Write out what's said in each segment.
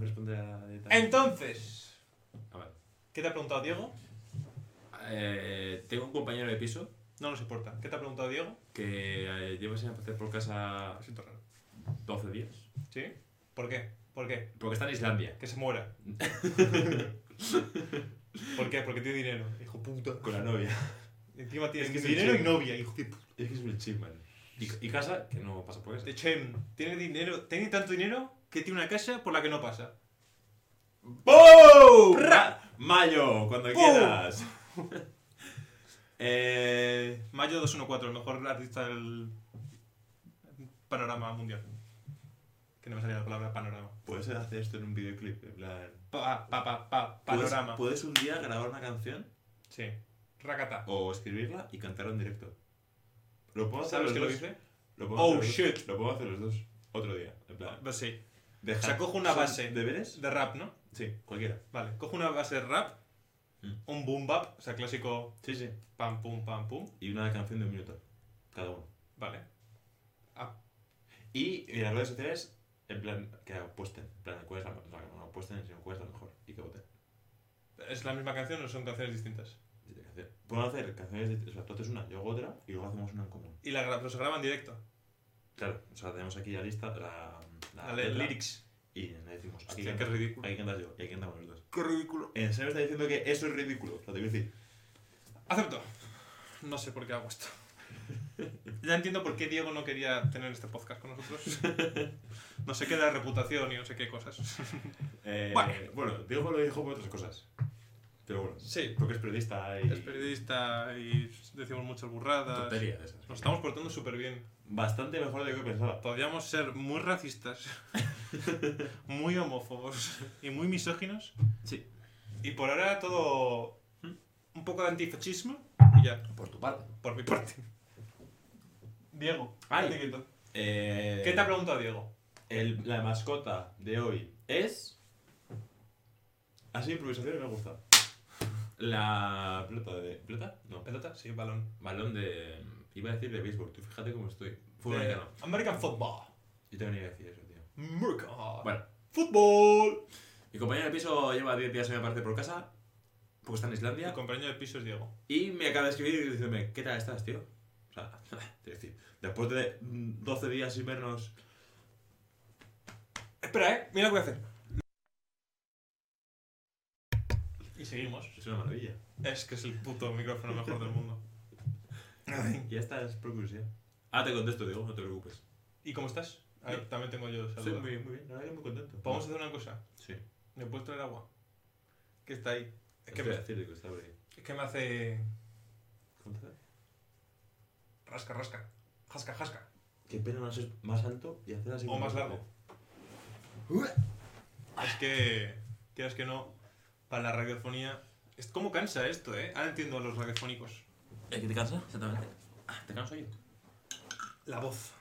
responderé a detalle. Entonces, A ver. ¿qué te ha preguntado Diego? Eh, tengo un compañero de piso No nos importa. ¿Qué te ha preguntado Diego? que eh, lleva sin aparecer por casa Ah, Me siento raro. 12 días. ¿Sí? ¿Por qué? ¿Por qué? Porque está en Islandia, Que se muera. ¿Por qué? Porque tiene dinero. Hijo puta. con la novia. Encima tienes Es que es dinero el y chico. novia, hijo de puta. Es que es un chipman. Y, y casa, que no pasa por este. casa. De Chem, tiene dinero, tiene tanto dinero que tiene una casa por la que no pasa. ¡Boom! Ra- Mayo, cuando ¡Pum! quieras. eh, Mayo 214, el mejor artista del panorama mundial. Que no me salía la palabra panorama. puedes hacer esto en un videoclip, en plan. Pa, ah, pa, pa, pa, ¿puedes- panorama. ¿Puedes un día grabar una canción Sí. Rakata. o escribirla y cantarla en directo? Lo puedo hacer ¿Sabes los qué lo dos. hice? Lo Oh, hacer los dos. shit. Lo puedo hacer los dos. Otro día. En plan. Pues sí. deja- O sea, cojo una ¿son base. ¿Deberes? De rap, ¿no? Sí, cualquiera. Vale. Cojo una base de rap, Mm. un boom bap, o sea, clásico Sí, sí. pam, pum, pam, pum. Y una canción de un minuto. Cada uno. Vale. Ah, Y en las redes sociales, en plan, que apuesten. En plan, cuál es la, no, no apuesten, sino cuál es la mejor. Y que voten. ¿Es la misma canción o son canciones distintas? Sí, de canción. Pueden hacer canciones de. O sea, tú haces una, yo hago otra y luego hacemos una en común. Y la gra- los graban en directo. Claro, o sea, tenemos aquí la lista, la. La, La le- letra, lyrics. Y le decimos, aquí Hostia, qué canta- ridículo. aquí cantas yo y aquí cantamos los dos. Qué ridículo. En serio me está diciendo que eso es ridículo. Lo te quiero decir. Acepto. No sé por qué hago esto. Ya entiendo por qué Diego no quería tener este podcast con nosotros. No sé qué da reputación y no sé qué cosas. Eh, Bueno. bueno, Diego lo dijo por otras cosas. Pero bueno, Sí, porque es periodista y. es periodista y decimos muchas burradas. Tonterías de esas. Nos estamos portando súper bien. Bastante mejor de lo que pensaba. Podríamos ser muy racistas, muy homófobos y muy misóginos. Sí. Y por ahora todo un poco de antifascismo y ya, Por tu parte. por mi parte. Diego, Ay. quédate quieto. Eh, ¿qué te ha preguntado Diego? el- La mascota de hoy es. Así improvisación y me gusta. La pelota de. ¿Pelota? No. ¿Pelota? Sí, balón. Balón de. Iba a decir de béisbol, tú fíjate cómo estoy. Fue De americano. Eh, American Football. Yo también iba a decir eso, tío. American Bueno, Football. mi compañero de piso lleva 10 días, me parece, por casa, porque está en Mi Islandia, compañero de piso es Diego. y me acaba de escribir diciéndome, ¿qué tal estás, tío? O sea, te decir, después de mm, 12 días sin vernos, Espera, eh. Mira lo que voy a hacer. Y seguimos. es una maravilla. Es que es el puto micrófono mejor del mundo. Y ya estás, por curiosidad. Ah, te contesto, Diego, no te preocupes. ¿Y cómo estás? A ver, Ah, también tengo yo Sí, saludos. muy bien, muy bien, la verdad que muy contento. Vamos a hacer una cosa. Sí, ¿Me puedes traer agua? Que está ahí. Es que, voy a me, decir de que está por ahí. es que me hace... ¿Cómo te va? Rasca, rasca. Jasca, jasca. Qué pena no ser más alto y hacer así. O como- más largo. Es que, quieras que no, para la radiofonía... Es como cansa esto, ¿eh? Ahora entiendo a los radiofónicos. ¿Es ¿Eh, que te cansa? Exactamente. Ah, ¿Te canso yo? La voz.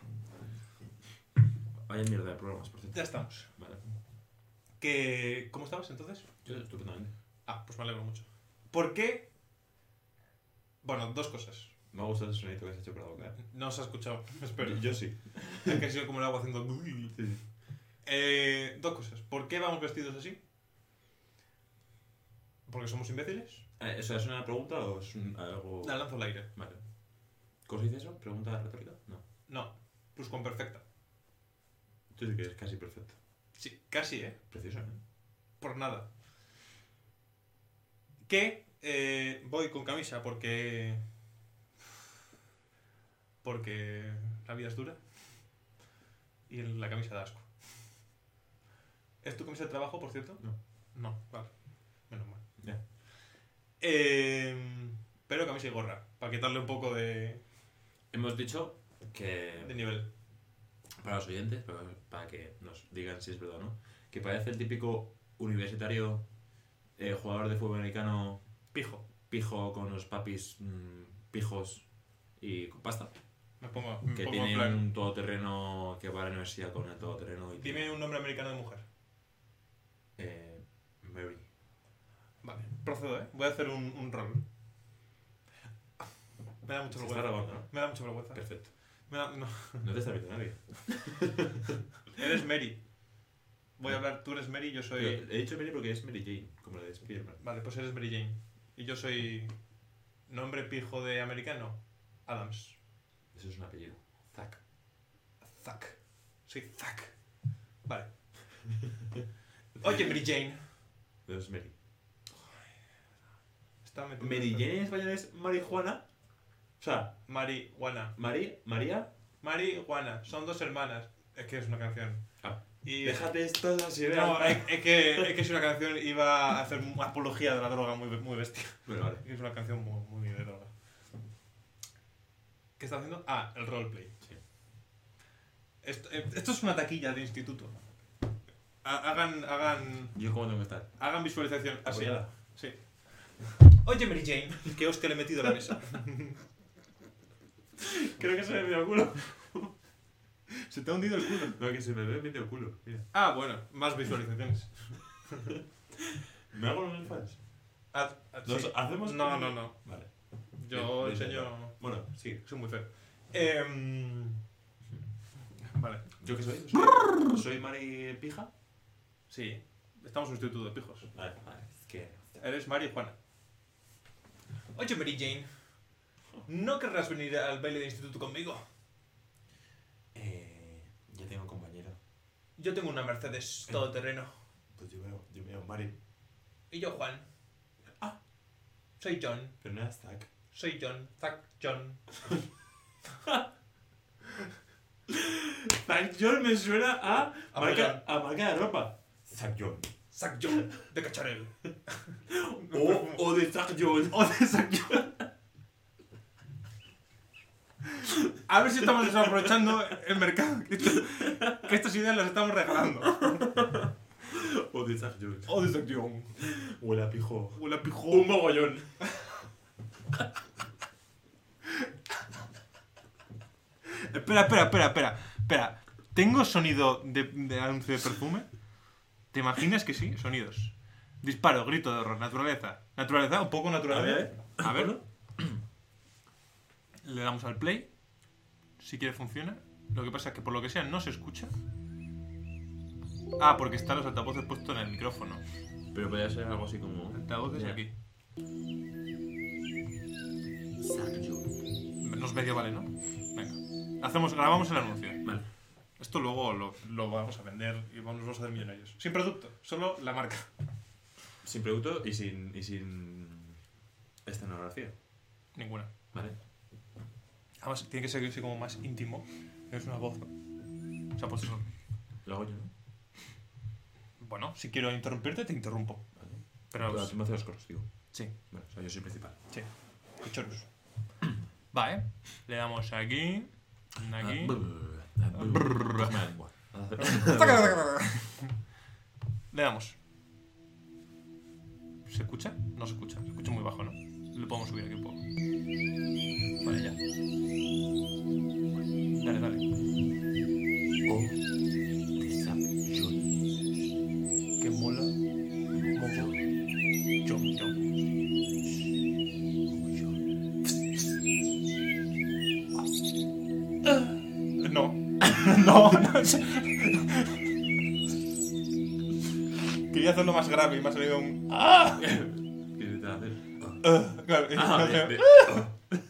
Vaya mierda de programas, por cierto. Ya estamos. Vale, Que, ¿Cómo estabas entonces? yo estupendamente. Ah, pues me alegro mucho. ¿Por qué? Bueno, dos cosas. Me ha gustado ese sonido que has hecho por la boca. ¿eh? No os ha escuchado, espero. Yo- yo sí. Es que ha sido como el agua haciendo... Eh, dos cosas. ¿Por qué vamos vestidos así? ¿Porque somos imbéciles? Eh, ¿Eso es una pregunta o es un- algo...? La lanzo al aire. Vale. ¿Cómo se dice eso? ¿Pregunta retórica? No. No, plus con perfecta. Tú sí que eres casi perfecto. Sí, casi, ¿eh? Precioso, ¿eh? Por nada. Que eh, voy con camisa porque... Porque la vida es dura. Y la camisa da asco. ¿Es tu camisa de trabajo, por cierto? No. No, vale. Menos mal. Ya. Eh, pero camisa y gorra, para quitarle un poco de, Hemos dicho que... de nivel. Para los oyentes, para, para que nos digan si es verdad o no, que parece el típico universitario eh, jugador de fútbol americano Pijo. pijo con los papis mm, pijos y con pasta. Me pongo, me Que pongo en tiene plan. un todoterreno que va a la universidad con el todoterreno y... Dime un nombre americano de mujer. Eh, Mary. Vale, procedo, ¿eh? Voy a hacer un, un rol. Me da mucha Se está vergüenza. grabando, ¿no? Me da mucha vergüenza. Perfecto. Me da- no. No te está viendo nadie. Eres Mary. Voy a hablar, tú eres Mary y yo soy... Pero He dicho Mary porque es Mary Jane, como la de Spiderman. Vale, pues eres Mary Jane. Y yo soy... Nombre pijo de americano. Adams. Eso es un apellido. Zack. Zack. Soy Zack. Vale. Oye, Mary Jane. Pero es Mary. Está metiendo- Mary Jane en español es marihuana. O sea, Marihuana. Mari, María. Marihuana. Son dos hermanas. Es que es una canción. Ah. Y... Déjate estas así, No, eh. es, es que, es que es una canción iba a hacer una apología de la droga muy, muy bestia. Bueno, vale. Es una canción muy, muy de droga. ¿Qué está haciendo? Ah, el roleplay. Sí. Esto, eh, esto es una taquilla de instituto. Ha- Hagan, hagan, ¿Yo cómo tengo que estar? hagan visualización. Así. Apoyada. Sí. Oye, Mary Jane, que hostia le he metido a la mesa. Creo que se me ve el culo. Se te ha hundido el culo. No, que se me ve medio culo. Mira. Ah, bueno, más visualizaciones. ¿Me hago los fans? Haz- haz- ¿Los sí. hacemos? No, no, no. Vale. Yo Bien, bien, enseño. Bueno, sí. Soy muy feo. Em, Vale. ¿Yo qué soy? ¿Soy, soy Mari Pija? Sí. Estamos en un instituto de pijos. Vale, vale. Es que. Eres Mari y Juana. Oye, Mary Jane. ¿No querrás venir al baile de instituto conmigo? Eh, ya tengo compañero. Yo tengo una Mercedes todoterreno. Pues yo veo, yo veo Mari. Y yo, Juan. Ah. Soy John. Pero no era Stack. Soy John. Zack John. Zack John me suena a. A Marca, a marca de ropa. Ah, Zack John. Zack John. De cacharel. O, o de Zack John. O de Zack John. A ver si estamos desaprovechando el mercado. Que esto- que estas ideas las estamos regalando. O de Zack John. O de Zack John. Huele a pijo. O la pijó. Un mogollón. Espera, espera, espera, espera, espera. ¿Tengo sonido de, de anuncio de perfume? ¿Te imaginas que sí? Sonidos. Disparo, grito de horror, naturaleza. Naturaleza, un poco naturaleza. A ver. Le damos al play. Si quiere funciona. Lo que pasa es que por lo que sea no se escucha. Ah, porque están los altavoces puestos en el micrófono. Pero podría ser algo así como. Altavoces Ya. aquí. Zack John. Nos medio vale, ¿no? Venga. Hacemos, grabamos el anuncio. Vale. Esto luego lo, lo vamos a vender y vamos, vamos a hacer millonarios. Sin producto, solo la marca. Sin producto y sin. y sin. escenografía. Ninguna. Vale. Además, tiene que ser así como más íntimo. Es una voz. O sea, pues eso. Lo hago yo, ¿no? Bueno, si quiero interrumpirte, te interrumpo. Vale. Pero Pero tú me haces los coros, digo. sí, Bueno, o sea, yo soy principal. sí. Pichorus. Va, ¿eh? Le damos aquí. Ah, Aquí. Cógeme la lengua. Le damos. ¿Se escucha? No se escucha. Se escucha muy bajo, ¿no? Le podemos subir aquí un poco. Vale, ya. Dale, dale. O de Zack John. Que mola. Mola. John, John. No. no, no. sé. Quería hacerlo más grave y me ha salido un... ¡Ah! ¿Qué te va a hacer? Claro, es- Ah, no bien, sé. bien.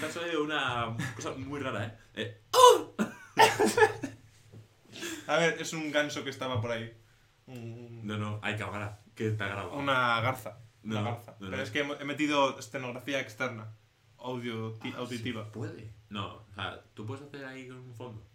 Te ha salido una cosa muy rara, ¿eh? Eh, A ver, es un ganso que estaba por ahí. Un- no, no, hay cámara, que está grabado. Una garza. No, una garza. no, no. Pero es que he he metido escenografía externa. Audio, ti- Ah, auditiva. Puede. No, o sea, tú puedes hacer ahí con un fondo.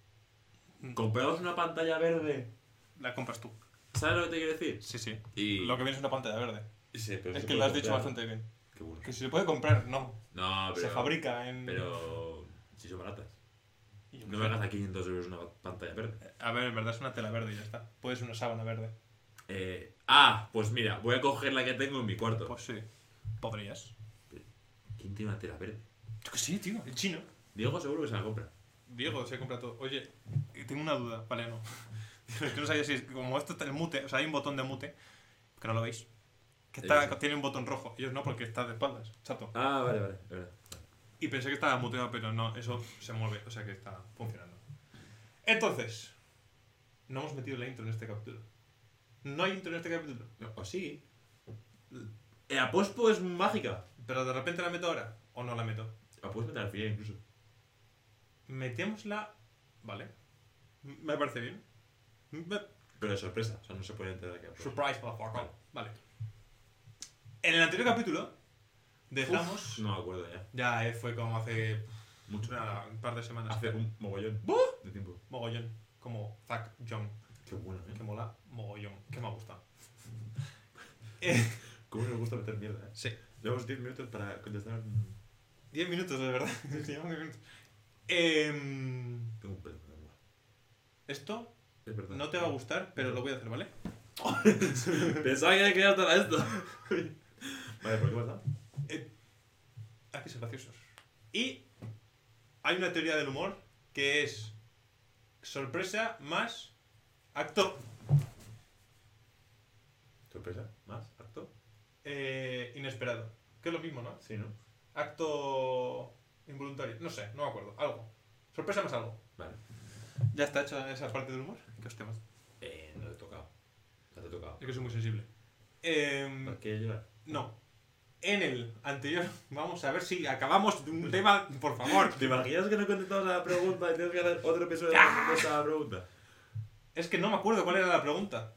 Mm. Compramos una pantalla verde. La compras tú. ¿Sabes lo que te quiero decir? Sí, sí. Y... Lo que viene es una pantalla verde. Sí, pero Es se que puede lo has dicho comprar. bastante bien. Qué bueno. Que si se puede comprar, no. No, pero... Se fabrica en... Pero... Si son baratas. Y yo No qué me sé. hagas a 500 euros una pantalla verde. A ver, en verdad es una tela verde y ya está. Puede ser una sábana verde. Eh, ah, pues mira, voy a coger la que tengo en mi cuarto. Pues sí. Podrías. ¿Quién tiene una tela verde? Yo que sí, tío. El chino. Diego seguro que se la compra. Diego se compra todo. Oye, tengo una duda. Vale, no. Es que no sabía si... es- Como esto está en mute, o sea, hay un botón de mute, que no lo veis, que está- Eh, sí. tiene un botón rojo. Ellos no, porque está de espaldas, chato. Ah, vale, vale, es verdad. Y pensé que estaba muteado, pero no, eso se mueve, o sea que está funcionando. Entonces, No hemos metido la intro en este capítulo. No hay intro en este capítulo. O sí. La pospo Eh, es mágica. Pero de repente la meto ahora. O no la meto. La puedes meter al final incluso. Metémosla. Vale. M- Me parece bien. Me- Pero de sorpresa. O sea, no se puede enterar que la pospo. Surprise, motherfucker. Vale. En el anterior capítulo dejamos. Uf, No me acuerdo ya. Ya eh, fue como hace Mucho. nada, un par de semanas. Hace un mogollón de tiempo. Mogollón. Como Zack Young. Qué bueno, ¿eh? Que mola mogollón. Que me gusta. Eh, Cómo nos gusta meter mierda, ¿eh? sí. Llevamos 10 minutos para contestar. mm, 10 minutos, de verdad. Llevamos 10 minutos. Em, Tengo un pelo en la lengua. esto Es verdad. no te va a gustar, pero lo voy a hacer, ¿vale? Pensaba que quería estar a esto. vale, ¿por qué pasa? Aquí Ah, son graciosos. Y hay una teoría del humor que es sorpresa más acto ¿Sorpresa? ¿Más? ¿Acto? eh, inesperado. Que es lo mismo, ¿no? Sí, ¿no? Acto involuntario. No sé, no me acuerdo. Algo. Sorpresa más algo. Vale. Ya está hecha esa parte del humor. Que os temas. Eh, no te he tocado. No te he tocado. Es que soy muy sensible. Em, ¿Para qué llorar? no. En el anterior, vamos a ver si acabamos de un tema, por favor. ¿Te imaginas que no contestamos a la pregunta y tienes que hacer otro episodio de respuesta a la pregunta? Es que no me acuerdo cuál era la pregunta.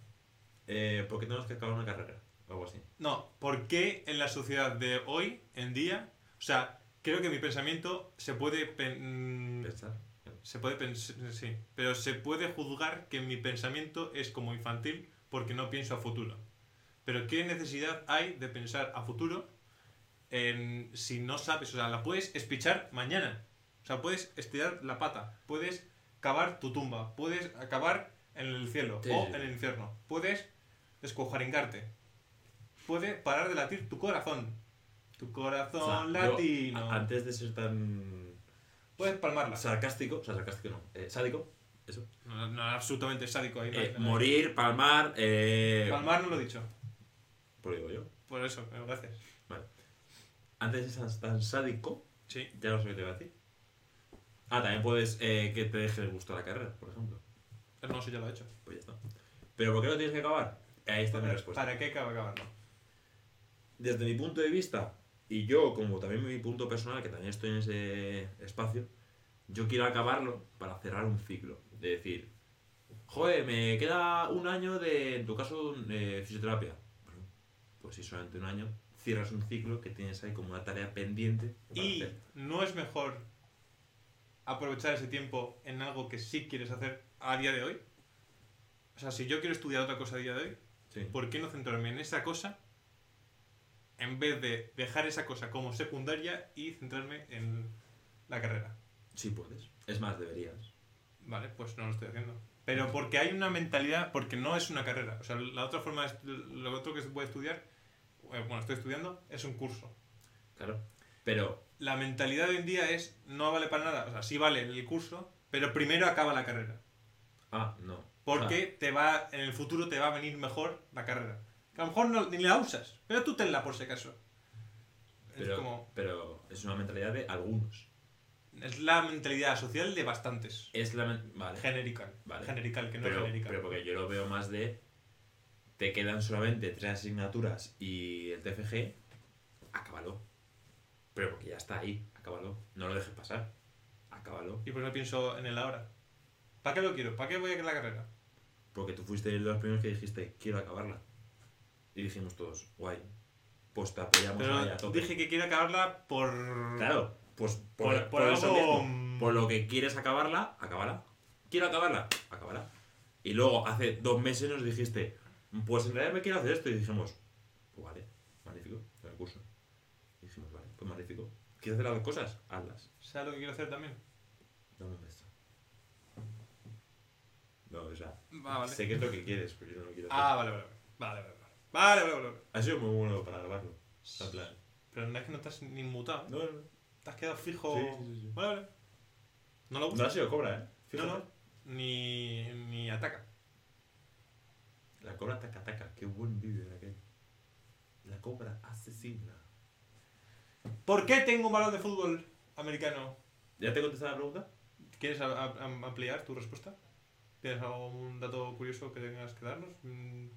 Eh, ¿Por qué tenemos que acabar una carrera? O algo así. No, ¿por qué en la sociedad de hoy en día? O sea, creo que mi pensamiento se puede pen- Pensar. se puede pensar, sí, pero se puede juzgar que mi pensamiento es como infantil porque no pienso a futuro. Pero ¿qué necesidad hay de pensar a futuro en- si no sabes? O sea, la puedes espichar mañana. O sea, puedes estirar la pata, puedes cavar tu tumba, puedes acabar en el cielo Sí, o sí. en el infierno, puedes escojaringarte, puede parar de latir tu corazón, tu O corazón sea, yo, latino, a- antes de ser tan puedes palmarla. sarcástico, o sea, sarcástico no, eh, sádico, eso. No, no, absolutamente sádico ahí. no hay Eh, nada. morir, palmar, eh... Palmar no lo he dicho. Por lo digo yo. Por eso, pero gracias. Antes de ser tan sádico, Sí. ya no sé qué te iba a decir. Ah, también puedes eh, que te deje el gusto a la carrera, por ejemplo. Hermoso ya lo he hecho. Pues ya está. Pero ¿por qué lo tienes que acabar? Ahí está mi ¿Para, respuesta. para qué acaba acabando? desde mi punto de vista, y yo como también mi punto personal, que también estoy en ese espacio, yo quiero acabarlo para cerrar un ciclo. De decir, joder, me queda un año de, en tu caso, eh, fisioterapia. Bueno, pues si solamente un año, cierras un ciclo que tienes ahí como una tarea pendiente. para Y hacer. no es mejor aprovechar ese tiempo en algo que sí quieres hacer a día de hoy. O sea, si yo quiero estudiar otra cosa a día de hoy, Sí. ¿por qué no centrarme en esa cosa en vez de dejar esa cosa como secundaria y centrarme en la carrera? Sí puedes. Es más, deberías. Vale, pues no lo estoy haciendo. Pero porque hay una mentalidad, porque no es una carrera. O sea, la otra forma, de estu- lo otro que se puede estudiar, eh, bueno, estoy estudiando, es un curso. Claro. Pero, La mentalidad de hoy en día es, no vale para nada. O sea, sí vale el curso, pero primero acaba la carrera. ah, no. O sea, Porque te va, en el futuro te va a venir mejor la carrera. Que a lo mejor no, ni la usas, pero tú tenla por si acaso. pero, Es como, pero es una mentalidad de algunos. es la mentalidad social de bastantes. Es la... men- Vale. Genérica. Vale. Genérica, que no pero, es genérica. pero porque yo lo veo más de. Te quedan solamente tres asignaturas y el TFG, acábalo. Pero porque ya está ahí, acábalo. No lo dejes pasar, acábalo. Y por eso pienso en el ahora. ¿Para qué lo quiero? ¿Para qué voy a la carrera? Porque tú fuiste de los primeros que dijiste, quiero acabarla. Y dijimos todos, guay, pues te apoyamos ahí a Pero tope". dije que quiero acabarla por. Claro, pues por, Por- por, por eso algo- mm. mismo. Por lo que quieres acabarla, acabala. Quiero acabarla, acabala. Y luego hace dos meses nos dijiste, pues en realidad me quiero hacer esto. Y dijimos, pues vale, magnífico, el curso. Y dijimos, vale, pues magnífico. ¿Quieres hacer las dos cosas? Hazlas. ¿Sabes lo que quiero hacer también? Dame un beso. No, o sea, Ah, vale. sé que es lo que quieres, pero yo no lo quiero hacer. Ah, vale, vale. Vale, vale, vale. Vale, vale, vale. vale. Ha sido muy bueno para grabarlo. En plan, Pero no es que no estás ni mutado. no, no, no. Te has quedado fijo. Sí, sí, sí. Vale, vale. No lo No gusta. ha sido cobra, ¿eh? No, Fíjate. no. Ni, ni ataca. La cobra taca taca, qué buen vídeo era aquel. La cobra asesina. ¿Por qué tengo un balón de fútbol americano? ¿Ya te he contestado la pregunta? ¿Quieres a- a- am- ampliar tu respuesta? ¿Tienes algún dato curioso que tengas que darnos? Mm,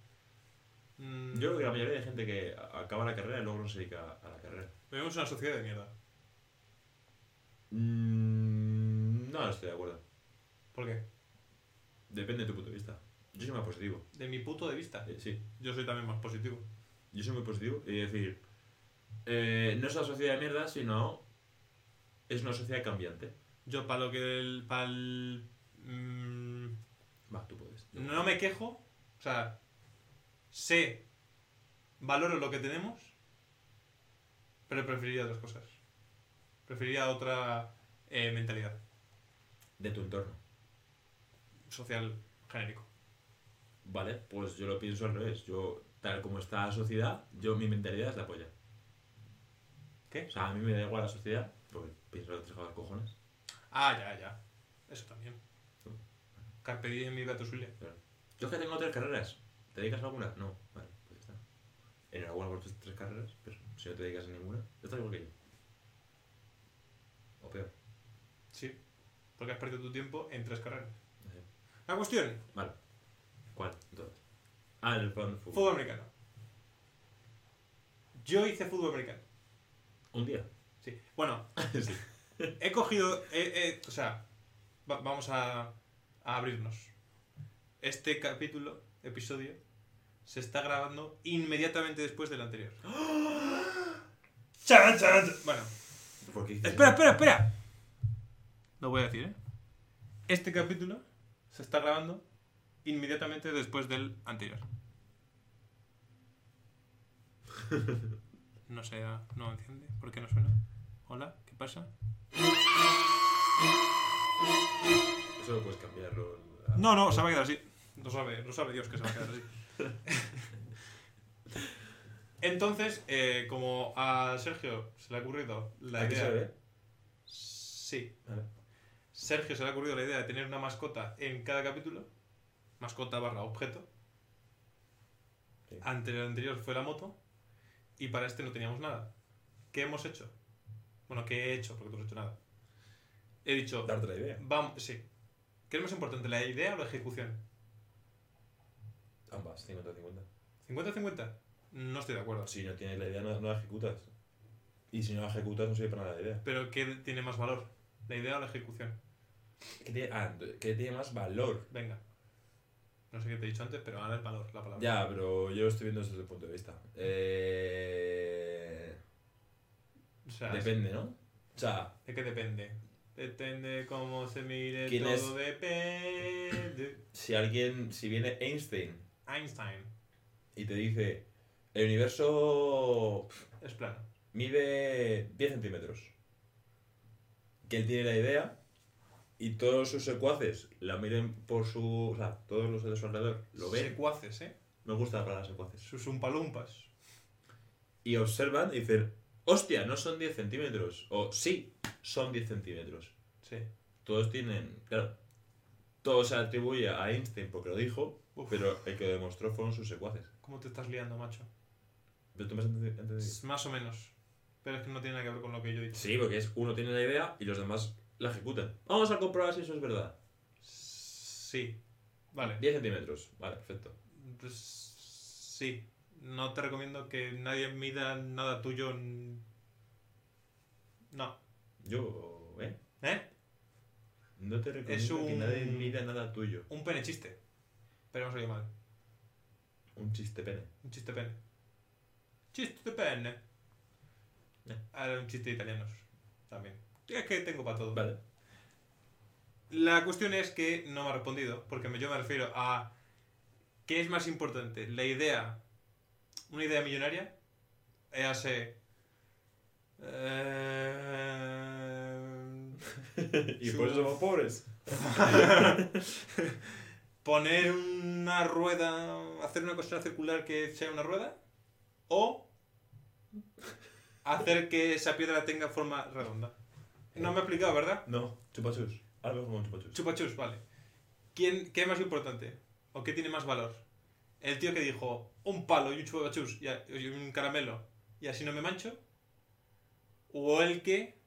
mm, Yo creo que la mayoría de gente que a- acaba la carrera y luego no se dedica a la carrera. Vivimos en una sociedad de mierda. Mm, no estoy de acuerdo. ¿Por qué? Depende de tu punto de vista. Yo soy más positivo. De mi punto de vista. Eh, sí, Yo soy también más positivo. yo soy muy positivo. Y decir, eh, no es una sociedad de mierda, sino es una sociedad cambiante. Yo para lo que el... Para el mm, Va, tú puedes. Yo- no me quejo. O sea, sé, valoro lo que tenemos, pero preferiría otras cosas. Preferiría otra eh, mentalidad De tu entorno. social genérico. Vale, pues yo lo pienso al revés. Yo, tal como está la sociedad, yo mi mentalidad es la polla. ¿Qué? O sea, a mí me da igual la sociedad, porque pienso que tengo los cojones. Ah, ya, ya. Eso también. Carpe diem mi gato suya. Yo es que tengo tres carreras. ¿Te dedicas a alguna? No. Vale, pues ya está. Enhorabuena por tus tres carreras, pero si no te dedicas a ninguna, estás igual que yo. O peor. Sí. Porque has perdido tu tiempo en tres carreras. No sé. La cuestión, Vale. ¿Cuál? Entonces. Ah, el plan de fútbol. fútbol americano. Yo hice fútbol americano. Un día. Sí. Bueno, sí. he cogido. he- he- o sea, va- vamos a, a abrirnos. Este capítulo, episodio, se está grabando inmediatamente después del anterior. Chan, chan, chan. Bueno, ¿Por qué dices espera, espera, espera. Lo voy a decir, ¿eh? Este capítulo se está grabando inmediatamente después del anterior. No sé, no entiende. ¿Por qué no suena? Hola, ¿qué pasa? eso? Eso lo puedes cambiarlo. No, no, se va a quedar así. Lo sabe, lo sabe Dios que se va a quedar así. Entonces, eh, como a Sergio se le ha ocurrido la Aquí idea. se ve. Sí. Vale. Sergio se le ha ocurrido la idea de tener una mascota en cada capítulo. Mascota barra objeto. Sí. Ante el anterior fue la moto. Y para este no teníamos nada. ¿Qué hemos hecho? Bueno, ¿qué he hecho? Porque tú no has hecho nada. He dicho. Darte la idea. Vamos, sí. ¿Qué es más importante, la idea o la ejecución? Ambas, 50-50. 50-50. No estoy de acuerdo. Si no tienes la idea, no, no la ejecutas. Y si no la ejecutas, no sirve para nada la idea. Pero ¿qué tiene más valor? ¿La idea o la ejecución? ¿Qué tiene, ah, que tiene más valor? Venga. No sé qué te he dicho antes, pero ahora es valor la palabra. Ya, pero yo lo estoy viendo desde el punto de vista. Eh... O sea, Depende, ¿no? O sea, ¿de qué depende? Depende cómo se mire ¿Quién todo, es? depende. si alguien, si viene Einstein Einstein y te dice, el universo es plano. mide 10 centímetros, que él tiene la idea y todos sus secuaces la miren por su... O sea, todos los de su alrededor lo ven. Secuaces, ¿eh? Me gusta para las secuaces. Sus umpalumpas. y observan y dicen, hostia, no son 10 centímetros. O sí, son 10 centímetros. Sí. Todos tienen, claro, todo se atribuye a Einstein porque lo dijo, Uf. pero el que lo demostró fueron sus secuaces. ¿Cómo te estás liando, macho? ¿Pero tú me has ente- entendido? Más o menos. Pero es que no tiene nada que ver con lo que yo he dicho. Sí, porque es uno tiene la idea y los demás la ejecutan. Vamos a comprobar si eso es verdad. Sí. Vale. 10 centímetros, vale, perfecto. Pues sí. No te recomiendo que nadie mida nada tuyo. en- No. Yo, ¿eh? ¿Eh? No te recomiendo que un- nadie mida nada tuyo. Un pene chiste. Pero hemos salido mal. Un chiste pene. Un chiste pene. Chiste pene. Eh. Ahora un chiste de italianos. También. Es que tengo para todo. Vale. La cuestión es que no me ha respondido, porque me- yo me refiero a qué es más importante, la idea, una idea millonaria, hace eh, y por eso somos pobres. poner una rueda, hacer una cosa circular que sea una rueda, o hacer que esa piedra tenga forma redonda. No me he explicado, ¿verdad? No, chupachus. Ahora me como un chupachus. Chupachus, vale. ¿Quién, ¿Qué es más importante? ¿O qué tiene más valor? ¿El tío que dijo un palo y un chupachus y, a- y un caramelo y así no me mancho? ¿O el que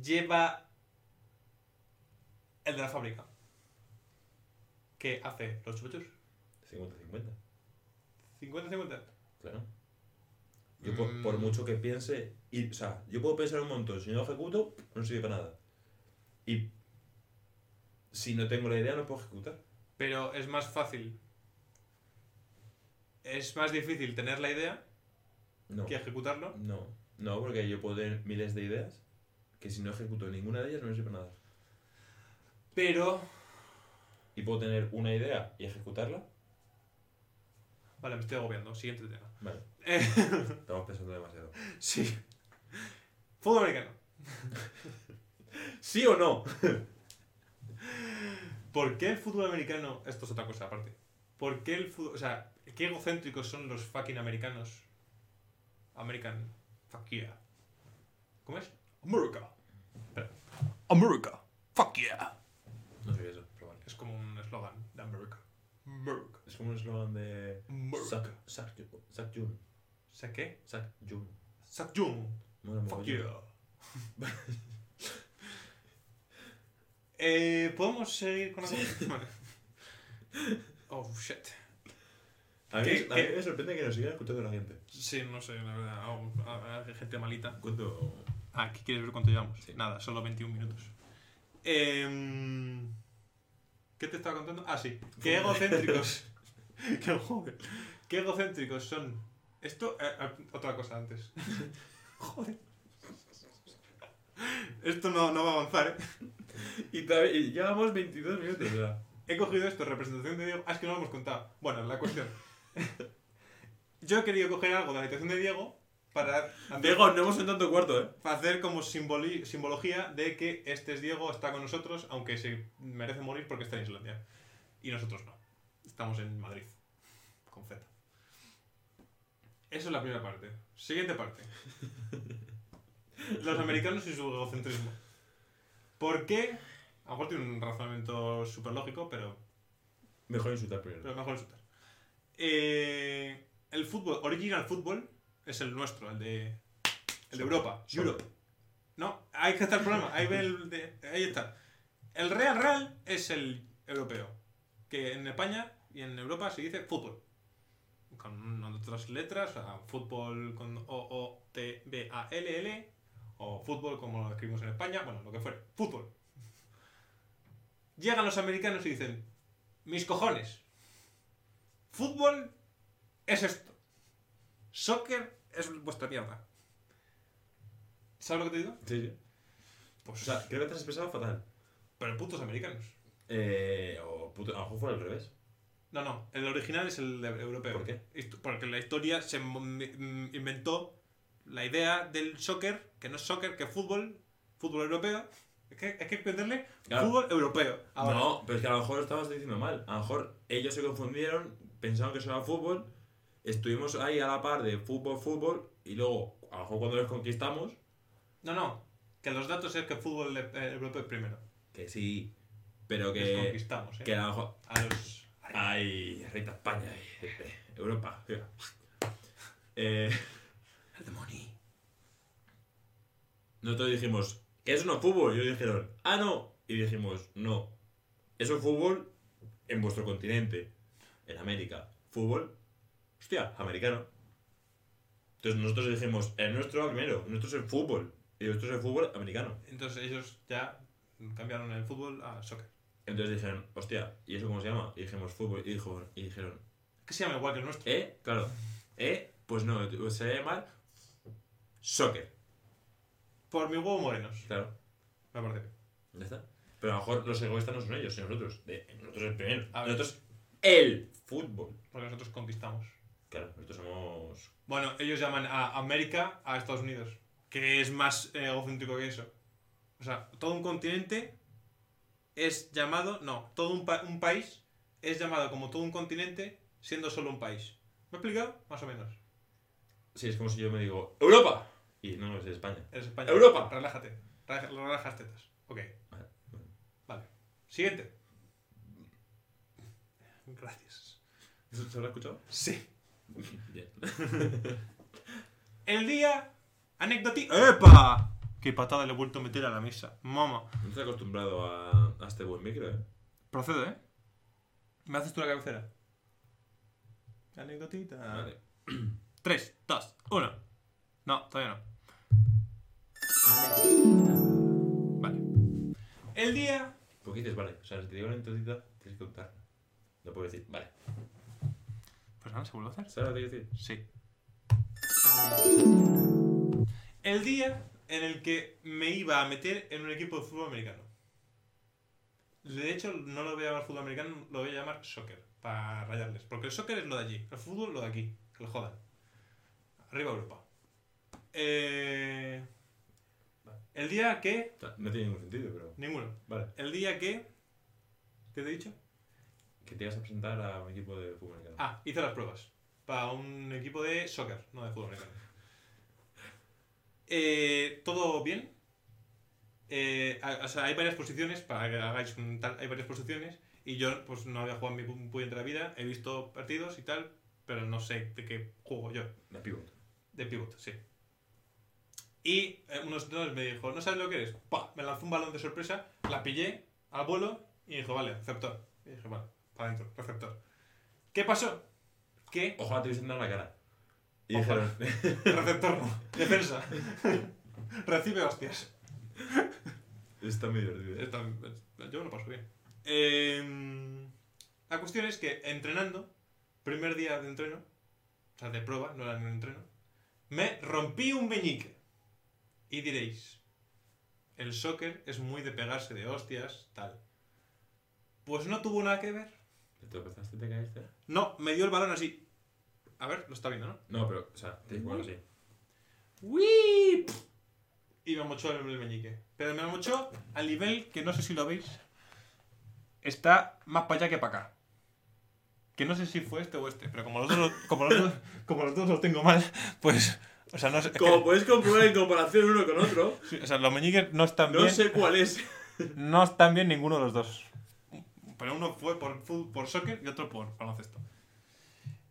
lleva el de la fábrica? ¿Qué hace? ¿Los chupuchus? 50-50. 50-50. Claro. Yo por, por Mm. mucho que piense, y, o sea, yo puedo pensar un montón, si no lo ejecuto, no sirve para nada. Y si no tengo la idea, no puedo ejecutar. Pero es más fácil. Es más difícil tener la idea No. que ejecutarlo. No. No, porque yo puedo tener miles de ideas que si no ejecuto ninguna de ellas no me sirve para nada. Pero. Y puedo tener una idea y ejecutarla. Vale, me estoy agobiando. Siguiente tema. Vale, Eh, estamos pensando demasiado. sí. Fútbol americano. ¿Sí o no? ¿Por qué el fútbol americano? Esto es otra cosa aparte. ¿Por qué el fútbol.? O sea, ¿qué egocéntricos son los fucking americanos? American. Fuck yeah. ¿Cómo es? America. Espera. America. Fuck yeah. No soy eso, pero vale. Es como un eslogan de America. America. Es como un eslogan de. Sac America. Sac Sac Jun. ¿Sé qué? Sac Jun. Sack Jung. Mola Fuck mogollón. yeah. eh, ¿Podemos seguir con la conversación? Vale. Oh, shit. A mí, ¿Qué- a mí qué? me sorprende que nos sigan escuchando la gente. Sí, no sé, la verdad. oh, ah, ah, gente malita. ¿Cuánto? Ah, ¿qué quieres ver cuánto llevamos? Sí. Nada, solo 21 minutos. Em, ¿Qué te estaba contando? Ah, sí. ¿Qué egocéntricos? ¿Qué, joder. ¿Qué egocéntricos son? Esto, eh, eh, otra cosa antes. joder. Esto no, no va a avanzar, ¿eh? Y, todavía- y llevamos 22 minutos, ¿verdad? He cogido esto, representación de Diego. Ah, es que no lo hemos contado. Bueno, la cuestión. Yo he querido coger algo de la habitación de Diego para hacer, Diego, no hemos entrado en tu cuarto, ¿eh? para hacer como simboli- simbología de que este es Diego, está con nosotros, aunque se merece morir porque está en Islandia. Y nosotros no. Estamos en Madrid. Con Z. Eso es la primera parte. Siguiente parte. Los americanos y su egocentrismo. ¿Por qué? A lo mejor tiene un razonamiento súper lógico, pero Mejor insultar primero. pero mejor el shooter. Eh, el fútbol, Original Football, es el nuestro, el de, el de Europa. Solo. Europe. No, ahí está el problema. Ahí, ve el de- ahí está. El Real Real es el europeo. Que en España y en Europa se dice fútbol. Con otras letras, o sea, fútbol con O-O-T-B-A-L-L. O fútbol como lo escribimos en España, bueno, lo que fuera. Fútbol. Llegan los americanos y dicen, mis cojones, Fútbol es esto. Soccer es vuestra mierda. ¿Sabes lo que te digo? Sí, sí. Pues, O sea, creo que te has expresado fatal. pero putos americanos. Eh. O puto, a lo mejor fue al revés. No, no, el original es el de- europeo. ¿Por qué? Histo- Porque la historia se mo- m- inventó la idea del soccer, que no es soccer, que es fútbol, fútbol europeo. Es que hay que entenderle Claro. fútbol europeo. Ahora, No, pero es que a lo mejor lo estabas diciendo mal. A lo mejor ellos se confundieron, pensaron que eso era fútbol. Estuvimos ahí a la par de fútbol, fútbol. Y luego, a lo mejor cuando los conquistamos. no, no, que los datos es que fútbol eh, europeo es primero. Que sí. Pero Los que. conquistamos, ¿eh? Que a lo mejor. A los... Ay, recta España. ay, Europa. mira. Eh. El demonio. Nosotros dijimos, que eso no es fútbol. Y ellos dijeron, ah, no. Y dijimos, no. Eso es fútbol en vuestro continente, en América. Fútbol, hostia, americano. Entonces nosotros dijimos, el nuestro va primero, el nuestro es el fútbol. Y el nuestro es el fútbol americano. Entonces ellos ya cambiaron el fútbol a soccer. Entonces dijeron, hostia, ¿y eso cómo se llama? Y dijimos, fútbol. Y dijo- y dijeron, Que se llama igual que el nuestro. ¿eh? Claro, ¿eh? Pues no, se va a llamar soccer. Por mi huevo morenos. Claro, Me parece bien. ya está. Pero a lo mejor los egoístas no son ellos, sino nosotros. De, nosotros el primero. A ver. Nosotros el fútbol. Porque nosotros conquistamos. Claro, nosotros somos. Bueno, ellos llaman a América a Estados Unidos. Que es más eh, egocéntrico que eso. O sea, todo un continente es llamado. No, todo un, pa- un país es llamado como todo un continente siendo solo un país. ¿Me he explicado? Más o menos. Sí, es como si yo me digo ¡Europa! Y no, es de España. Eres España. ¡Europa! Relájate. Relaja, relaja las tetas. Ok. Vale, bueno. Vale. Siguiente. Gracias. ¿Se habrá escuchado? Sí. Bien. El día anecdótico. ¡Epa! Qué patada le he vuelto a meter a la mesa. Mamá. No estoy acostumbrado a, a este buen micro, ¿eh? Procede, ¿eh? ¿Me haces tú la cabecera? Anecdotita. Vale. 3, 2, 1. No, todavía no. Ah, Vale. El día. Porque dices, vale, o sea, si te digo una anécdota, tienes que contarla. No puedo decir, vale. Pues nada, se vuelve a hacer. ¿Sabes lo que quiero decir? Sí. El día en el que me iba a meter en un equipo de fútbol americano. De hecho, no lo voy a llamar fútbol americano, lo voy a llamar soccer, para rayarles. Porque el soccer es lo de allí, el fútbol lo de aquí, que lo jodan. Arriba Europa. Eh, El día que... O sea, no tiene ningún sentido, pero. Ninguno. Vale. El día que... ¿Qué te he dicho? Que te ibas a presentar a un equipo de fútbol americano. Ah, hice las pruebas. Para un equipo de soccer, no de fútbol americano. Eh, Todo bien. Eh, a- o sea, hay varias posiciones, para que hagáis un tal, hay varias posiciones. Y yo, pues no había jugado en mi pu- puñetera vida, he visto partidos y tal, pero no sé de qué juego yo. De pivot. De pivot, sí. Y eh, unos dos me dijo, ¿no sabes lo que eres? ¡Pah! Me lanzó un balón de sorpresa, la pillé al vuelo y dijo, vale, receptor. Y dije, vale, para adentro, receptor. ¿Qué pasó? Que Ojalá te hubiesen dado la cara. Y Ojalá. dijeron, receptor no, defensa. Recibe hostias. está muy divertido. Esta- yo me lo paso bien. Eh, la cuestión es que entrenando, primer día de entreno, o sea, de prueba, no era ni un entreno, me rompí un meñique. Y diréis, el soccer es muy de pegarse de hostias, tal. Pues no tuvo nada que ver. ¿Te tropezaste, te caíste? No, me dio el balón así. A ver, lo está viendo, ¿no? No, pero, o sea, te igual Uy. así. ¡Wii! Y me mochó el, el meñique. Pero me mochó al nivel que no sé si lo veis. Está más para allá que para acá. Que no sé si fue este o este, pero como los dos, lo- como los dos, como los dos los tengo mal, pues. O sea, no sé. es que- podéis comprobar en comparación uno con otro, sí, o sea, los meñiques no están bien. cuál es. No están bien ninguno de los dos. Pero uno fue por, fu- por soccer y otro por baloncesto.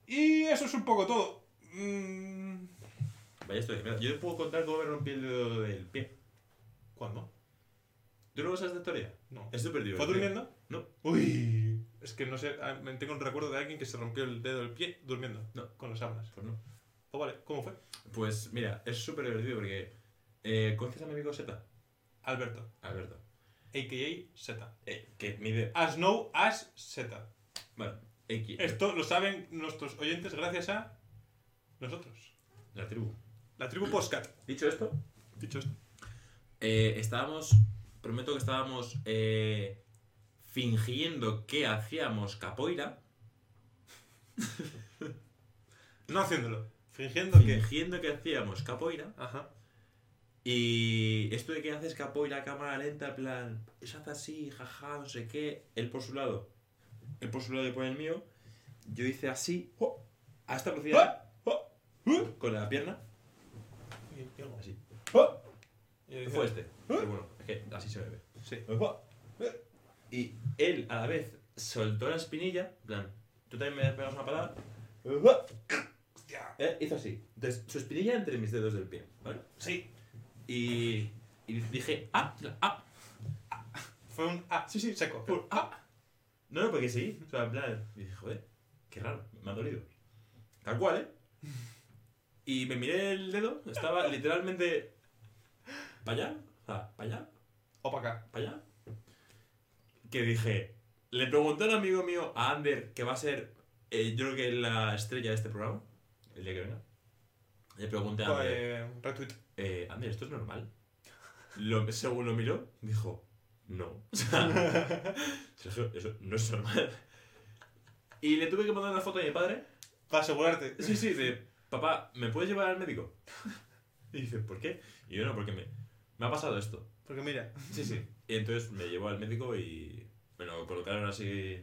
Y eso es un poco todo. Mm, Vaya, estoy de mierda. Yo te puedo contar cómo me rompí el dedo del pie. ¿Cuándo? ¿Tú no sabes esta historia? No. Es súper divertido. ¿Fue durmiendo? No. Uy, es que no sé, ah, me tengo un recuerdo de alguien que se rompió el dedo del pie durmiendo No. con las sábanas. Pues no. Pues vale, ¿cómo fue? Pues mira, es súper divertido porque. Eh, ¿Conoces a mi amigo Zeta? Alberto, Alberto. a.k.a. Z. Eh, que mide. As no as Z. Bueno, X. Esto lo saben nuestros oyentes gracias a nosotros. La tribu. La tribu Postcat. Dicho esto, Dicho esto. eh, estábamos. Prometo que estábamos. eh, fingiendo que hacíamos capoeira. No haciéndolo. Fingiendo que... Fingiendo que hacíamos capoeira. Ajá. Y esto de que haces capoeira a cámara lenta, en plan, se hace así, jaja, no sé qué. Él por su lado, él por su lado y por el mío, yo hice así, ¡oh! a esta velocidad, ¡oh! ¡uh! con la pierna, Y- y algo. así. Y dice- ¿Qué fue este? Pero bueno, es que así se me ve. Sí. Y él a la vez soltó la espinilla, en plan, tú también me pegas una patada, Hostia. Él hizo así. Entonces, su espinilla entre mis dedos del pie, ¿vale? Sí. Y, y dije, ah, ah, Fue un ah, sí, sí, seco. Fue un ah. No, no, porque sí. O sea, en plan, y dije, joder, qué raro, me ha dolido. Tal cual, ¿eh? Y me miré el dedo, estaba literalmente. ¿Para allá? ah, ¿Para allá? O para acá. ¿Para allá? Que dije. Le pregunté a un amigo mío, a Ander, que va a ser, eh, yo creo que la estrella de este programa, el día que venga. Le pregunté a Ander. Eh, retweet. Eh, Ander, ¿esto es normal? Lo- según lo miró, dijo, no. O sea, Sergio, eso no es normal. Y le tuve que mandar una foto a mi padre. Para asegurarte. Sí, sí, de, papá, ¿me puedes llevar al médico? Y dice, ¿por qué? Y yo, no, porque me, me ha pasado esto. Porque mira. Sí, sí. Y entonces me llevó al médico y me lo colocaron así.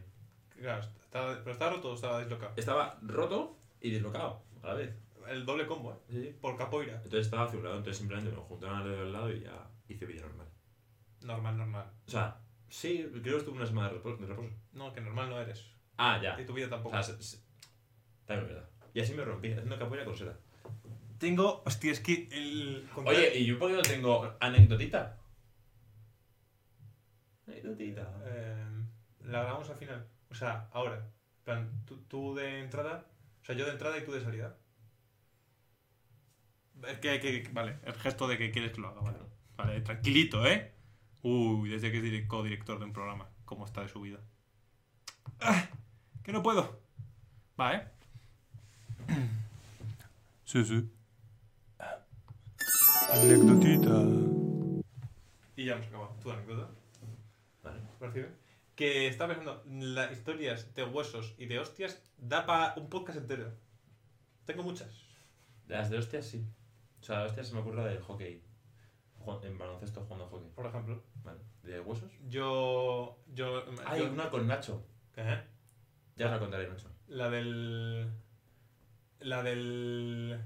Claro, estaba, pero estaba roto o estaba dislocado. Estaba roto y dislocado a la vez. El doble combo, ¿eh? Sí, sí. Por capoeira. Entonces estaba hacia un lado, entonces simplemente me lo juntaron al dedo al lado y ya hice vida normal. Normal, normal. O sea, sí, creo que estuve una semana de repo- de reposo. No, que normal no eres. Ah, ya. Y tu vida O sea, tampoco. se- se- también es verdad. Y así me rompí, haciendo capoeira con seda. Tengo. Hostia, es que el. Oye, ¿y yo por qué no tengo anecdotita? Anecdotita. Eh, Em, la grabamos al final. O sea, ahora. En plan, tú, tú de entrada. O sea, yo de entrada y tú de salida. Es que, que- que- vale, el gesto de que quieres que lo haga, vale. Vale, tranquilito, ¿eh? Uy, desde que es direc- co-director de un programa, ¿cómo está de su vida? ¡Ah! ¡Que no puedo! Va, ¿eh? Sí, sí. Anecdotita. Y ya hemos acabado. ¿Tu anécdota? Vale. Recibe. Que está pensando, las historias de huesos y de hostias da para un podcast entero. Tengo muchas. Las de hostias sí. O sea, de hostias se me ocurre la del hockey. Ju- En baloncesto jugando al hockey. Por ejemplo, Vale. ¿De huesos? yo. Yo. Hay yo- una con Nacho. ¿Eh? Ya os la contaré, Nacho. La del. La del.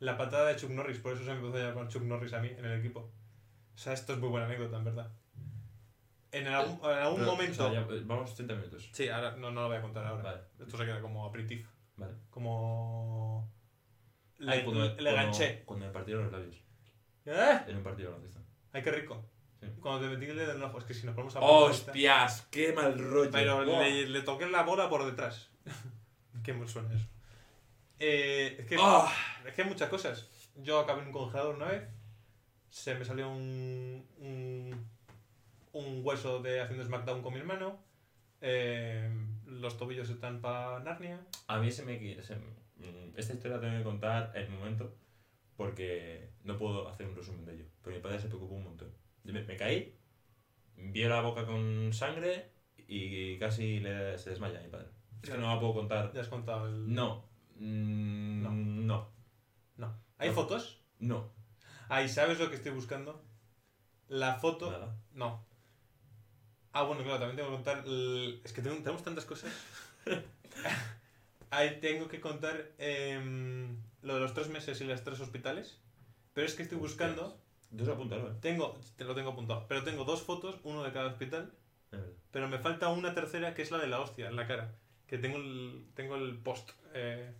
La patada de Chuck Norris, por eso se me empezó a llamar Chuck Norris a mí en el equipo. O sea, esto es muy buena anécdota, en verdad. En algún, en algún Pero, momento. o sea, ya- eh, vamos 30 minutos. Sí, ahora no, no lo voy a contar ahora. Vale. Esto se queda como aperitivo. Vale. Como. Le, Ay, cuando- le cuando- ganché. Cuando me partieron los labios. ¿Eh? En un partido de baloncesto. Ay, qué rico. Sí. Oh, Cuando te metí el dedo en el ojo, es que si nos ponemos a ¡Hostias! ¡Qué mal rollo! Pero Buah. le, le toqué la bola por detrás. qué mal suena eso. Eh, es que. ¡Ah! Es que hay muchas cosas. Yo acabé en un congelador una vez, se me salió un, un, un hueso de haciendo SmackDown con mi hermano, eh, los tobillos están para Narnia. A mí se me, qui- se me- mm, Esta historia la tengo que contar en el momento porque no puedo hacer un resumen de ello. Pero mi padre se preocupó un montón. Me, me caí, vio la boca con sangre y casi le- se desmaya mi padre. Es que no la puedo contar. Ya has contado el... No. Mm, No. No. No. ¿Hay No. fotos? No. Ahí, ¿sabes lo que estoy buscando? La foto... Nada. No. Ah, bueno, claro, también tengo que contar... el- Es que tengo- tenemos tantas cosas. Ahí tengo que contar em, lo de los tres meses y los tres hospitales. Pero es que estoy buscando... Dos apuntaron, ¿eh? Tengo, te lo tengo apuntado, pero tengo dos fotos, uno de cada hospital, Es verdad. pero me falta una tercera que es la de la hostia, en la cara. Que tengo el, tengo el post, eh,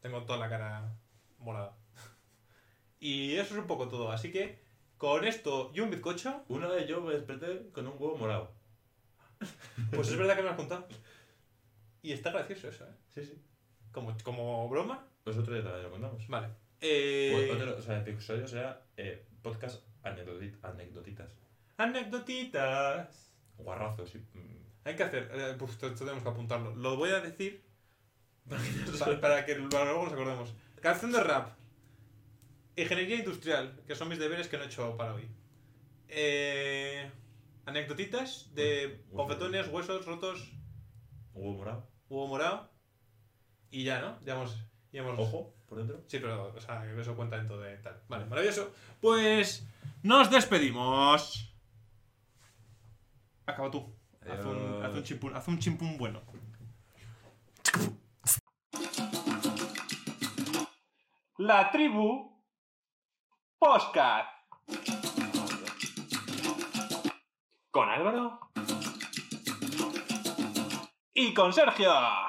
tengo toda la cara morada. Y eso es un poco todo, así que con esto y un bizcocho, Una vez yo me desperté con un huevo morado. pues es verdad que me lo has contado. Y está gracioso eso, ¿eh? Sí, sí. Como, como broma, Nosotros ya te lo contamos. vale. Eh, Pues, Otro- o sea, el episodio será eh, podcast anecdoti- anecdotitas. Anecdotitas. Guarrazos y. mm, Hay que hacer, eh, pues, esto, esto tenemos que apuntarlo. Lo voy a decir pa- para que luego nos acordemos. Canción de rap. Ingeniería industrial, que son mis deberes que no he hecho para hoy. Eh, anecdotitas de Hueso. bofetones, huesos rotos, Huevo morado. huevo morado. Y ya, ¿no? Ya hemos. Ya hemos Ojo, por dentro. Sí, pero o sea, eso cuenta dentro de tal. Vale, maravilloso. Pues nos despedimos. Acaba tú. Haz un, Adiós. haz un chimpún, haz un chimpún bueno. La tribu Postcat. Con Álvaro. Y con Sergio.